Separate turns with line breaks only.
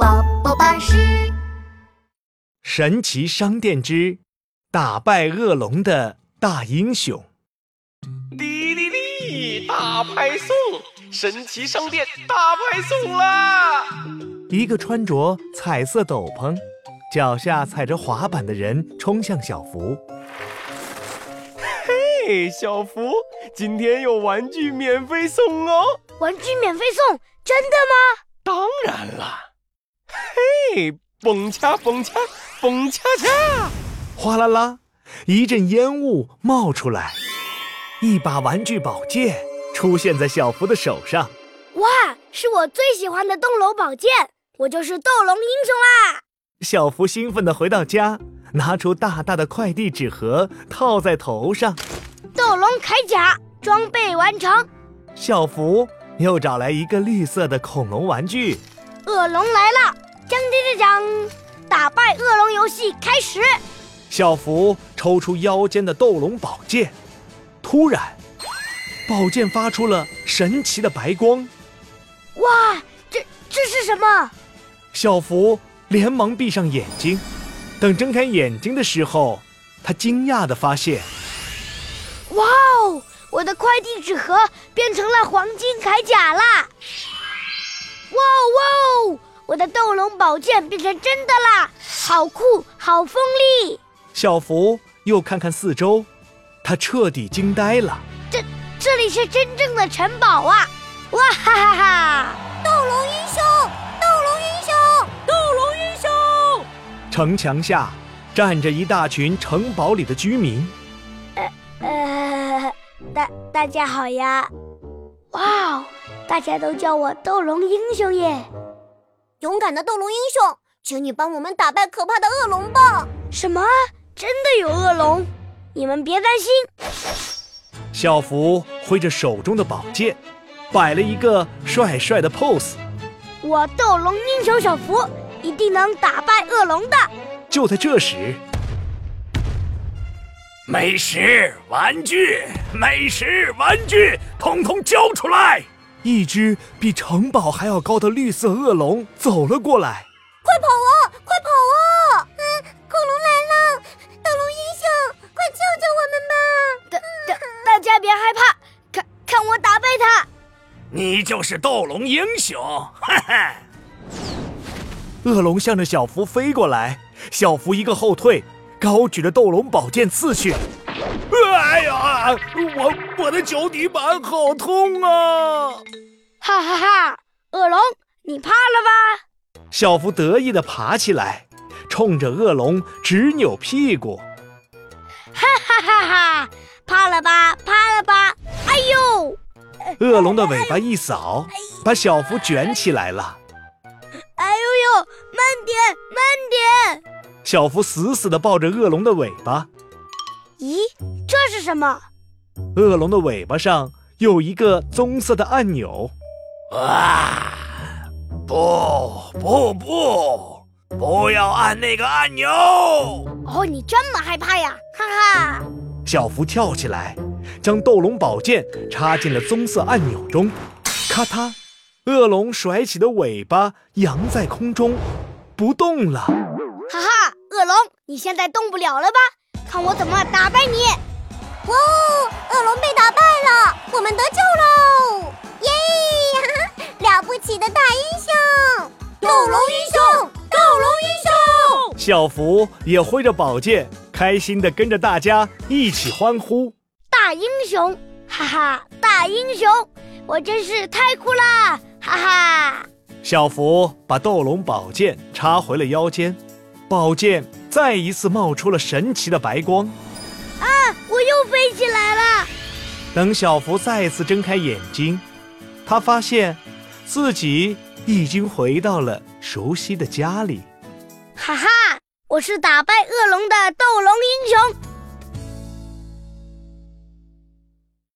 巴士
神奇商店之打败恶龙的大英雄。
滴滴滴，大派送！神奇商店大派送啦！
一个穿着彩色斗篷、脚下踩着滑板的人冲向小福。
嘿，小福，今天有玩具免费送哦！
玩具免费送，真的吗？
当然啦，嘿，蹦恰蹦恰蹦恰恰！
哗啦啦，一阵烟雾冒出来，一把玩具宝剑出现在小福的手上。
哇，是我最喜欢的斗楼宝剑，我就是斗龙英雄啦！
小福兴奋地回到家，拿出大大的快递纸盒套在头上。
斗龙铠甲装备完成，
小福又找来一个绿色的恐龙玩具。
恶龙来了！将将将将，打败恶龙游戏开始！
小福抽出腰间的斗龙宝剑，突然，宝剑发出了神奇的白光。
哇，这这是什么？
小福连忙闭上眼睛，等睁开眼睛的时候，他惊讶地发现，
哇哦，我的快递纸盒变成了黄金铠甲啦！哇哦哇哦，我的斗龙宝剑变成真的啦，好酷，好锋利！
小福又看看四周，他彻底惊呆了。
这这里是真正的城堡啊！哇哈哈哈！斗龙英雄，斗龙英雄，斗龙英雄！
城墙下站着一大群城堡里的居民。
呃，大大家好呀！哇哦，大家都叫我斗龙英雄耶！
勇敢的斗龙英雄，请你帮我们打败可怕的恶龙吧！
什么？真的有恶龙？你们别担心，
小福挥着手中的宝剑，摆了一个帅帅的 pose。
我斗龙英雄小福一定能打败恶龙的！
就在这时，
美食、玩具、美食、玩具，统统交出来！
一只比城堡还要高的绿色恶龙走了过来。
快跑啊！快跑啊！嗯，恐龙来了！斗龙英雄，快救救我们吧！
大大大家别害怕，看看我打败他！
你就是斗龙英雄，哈哈！
恶龙向着小福飞过来，小福一个后退，高举着斗龙宝剑刺去。
哎呀，我我的脚底板好痛啊！
哈哈哈！恶龙，你怕了吧？
小福得意地爬起来，冲着恶龙直扭屁股。
哈哈哈！怕了吧，怕了吧！哎呦，
恶龙的尾巴一扫，把小福卷起来了。
哎呦呦，慢点，慢点！
小福死死地抱着恶龙的尾巴，
咦，这是什么？
恶龙的尾巴上有一个棕色的按钮。
啊，不不不，不要按那个按钮！
哦，你这么害怕呀？哈哈！
小福跳起来，将斗龙宝剑插进了棕色按钮中，咔嗒，恶龙甩起的尾巴扬在空中，不动了。
哈哈，恶龙，你现在动不了了吧？看我怎么打败你！
哇哦，恶龙被打败了，我们得救喽！耶！ 了不起的大英雄，斗龙英雄，斗龙英雄！
小福也挥着宝剑，开心地跟着大家一起欢呼。
大英雄，哈哈，大英雄，我真是太酷啦！哈哈，
小福把斗龙宝剑插回了腰间，宝剑再一次冒出了神奇的白光。
我又飞起来了！
等小福再次睁开眼睛，他发现自己已经回到了熟悉的家里。
哈哈，我是打败恶龙的斗龙英雄，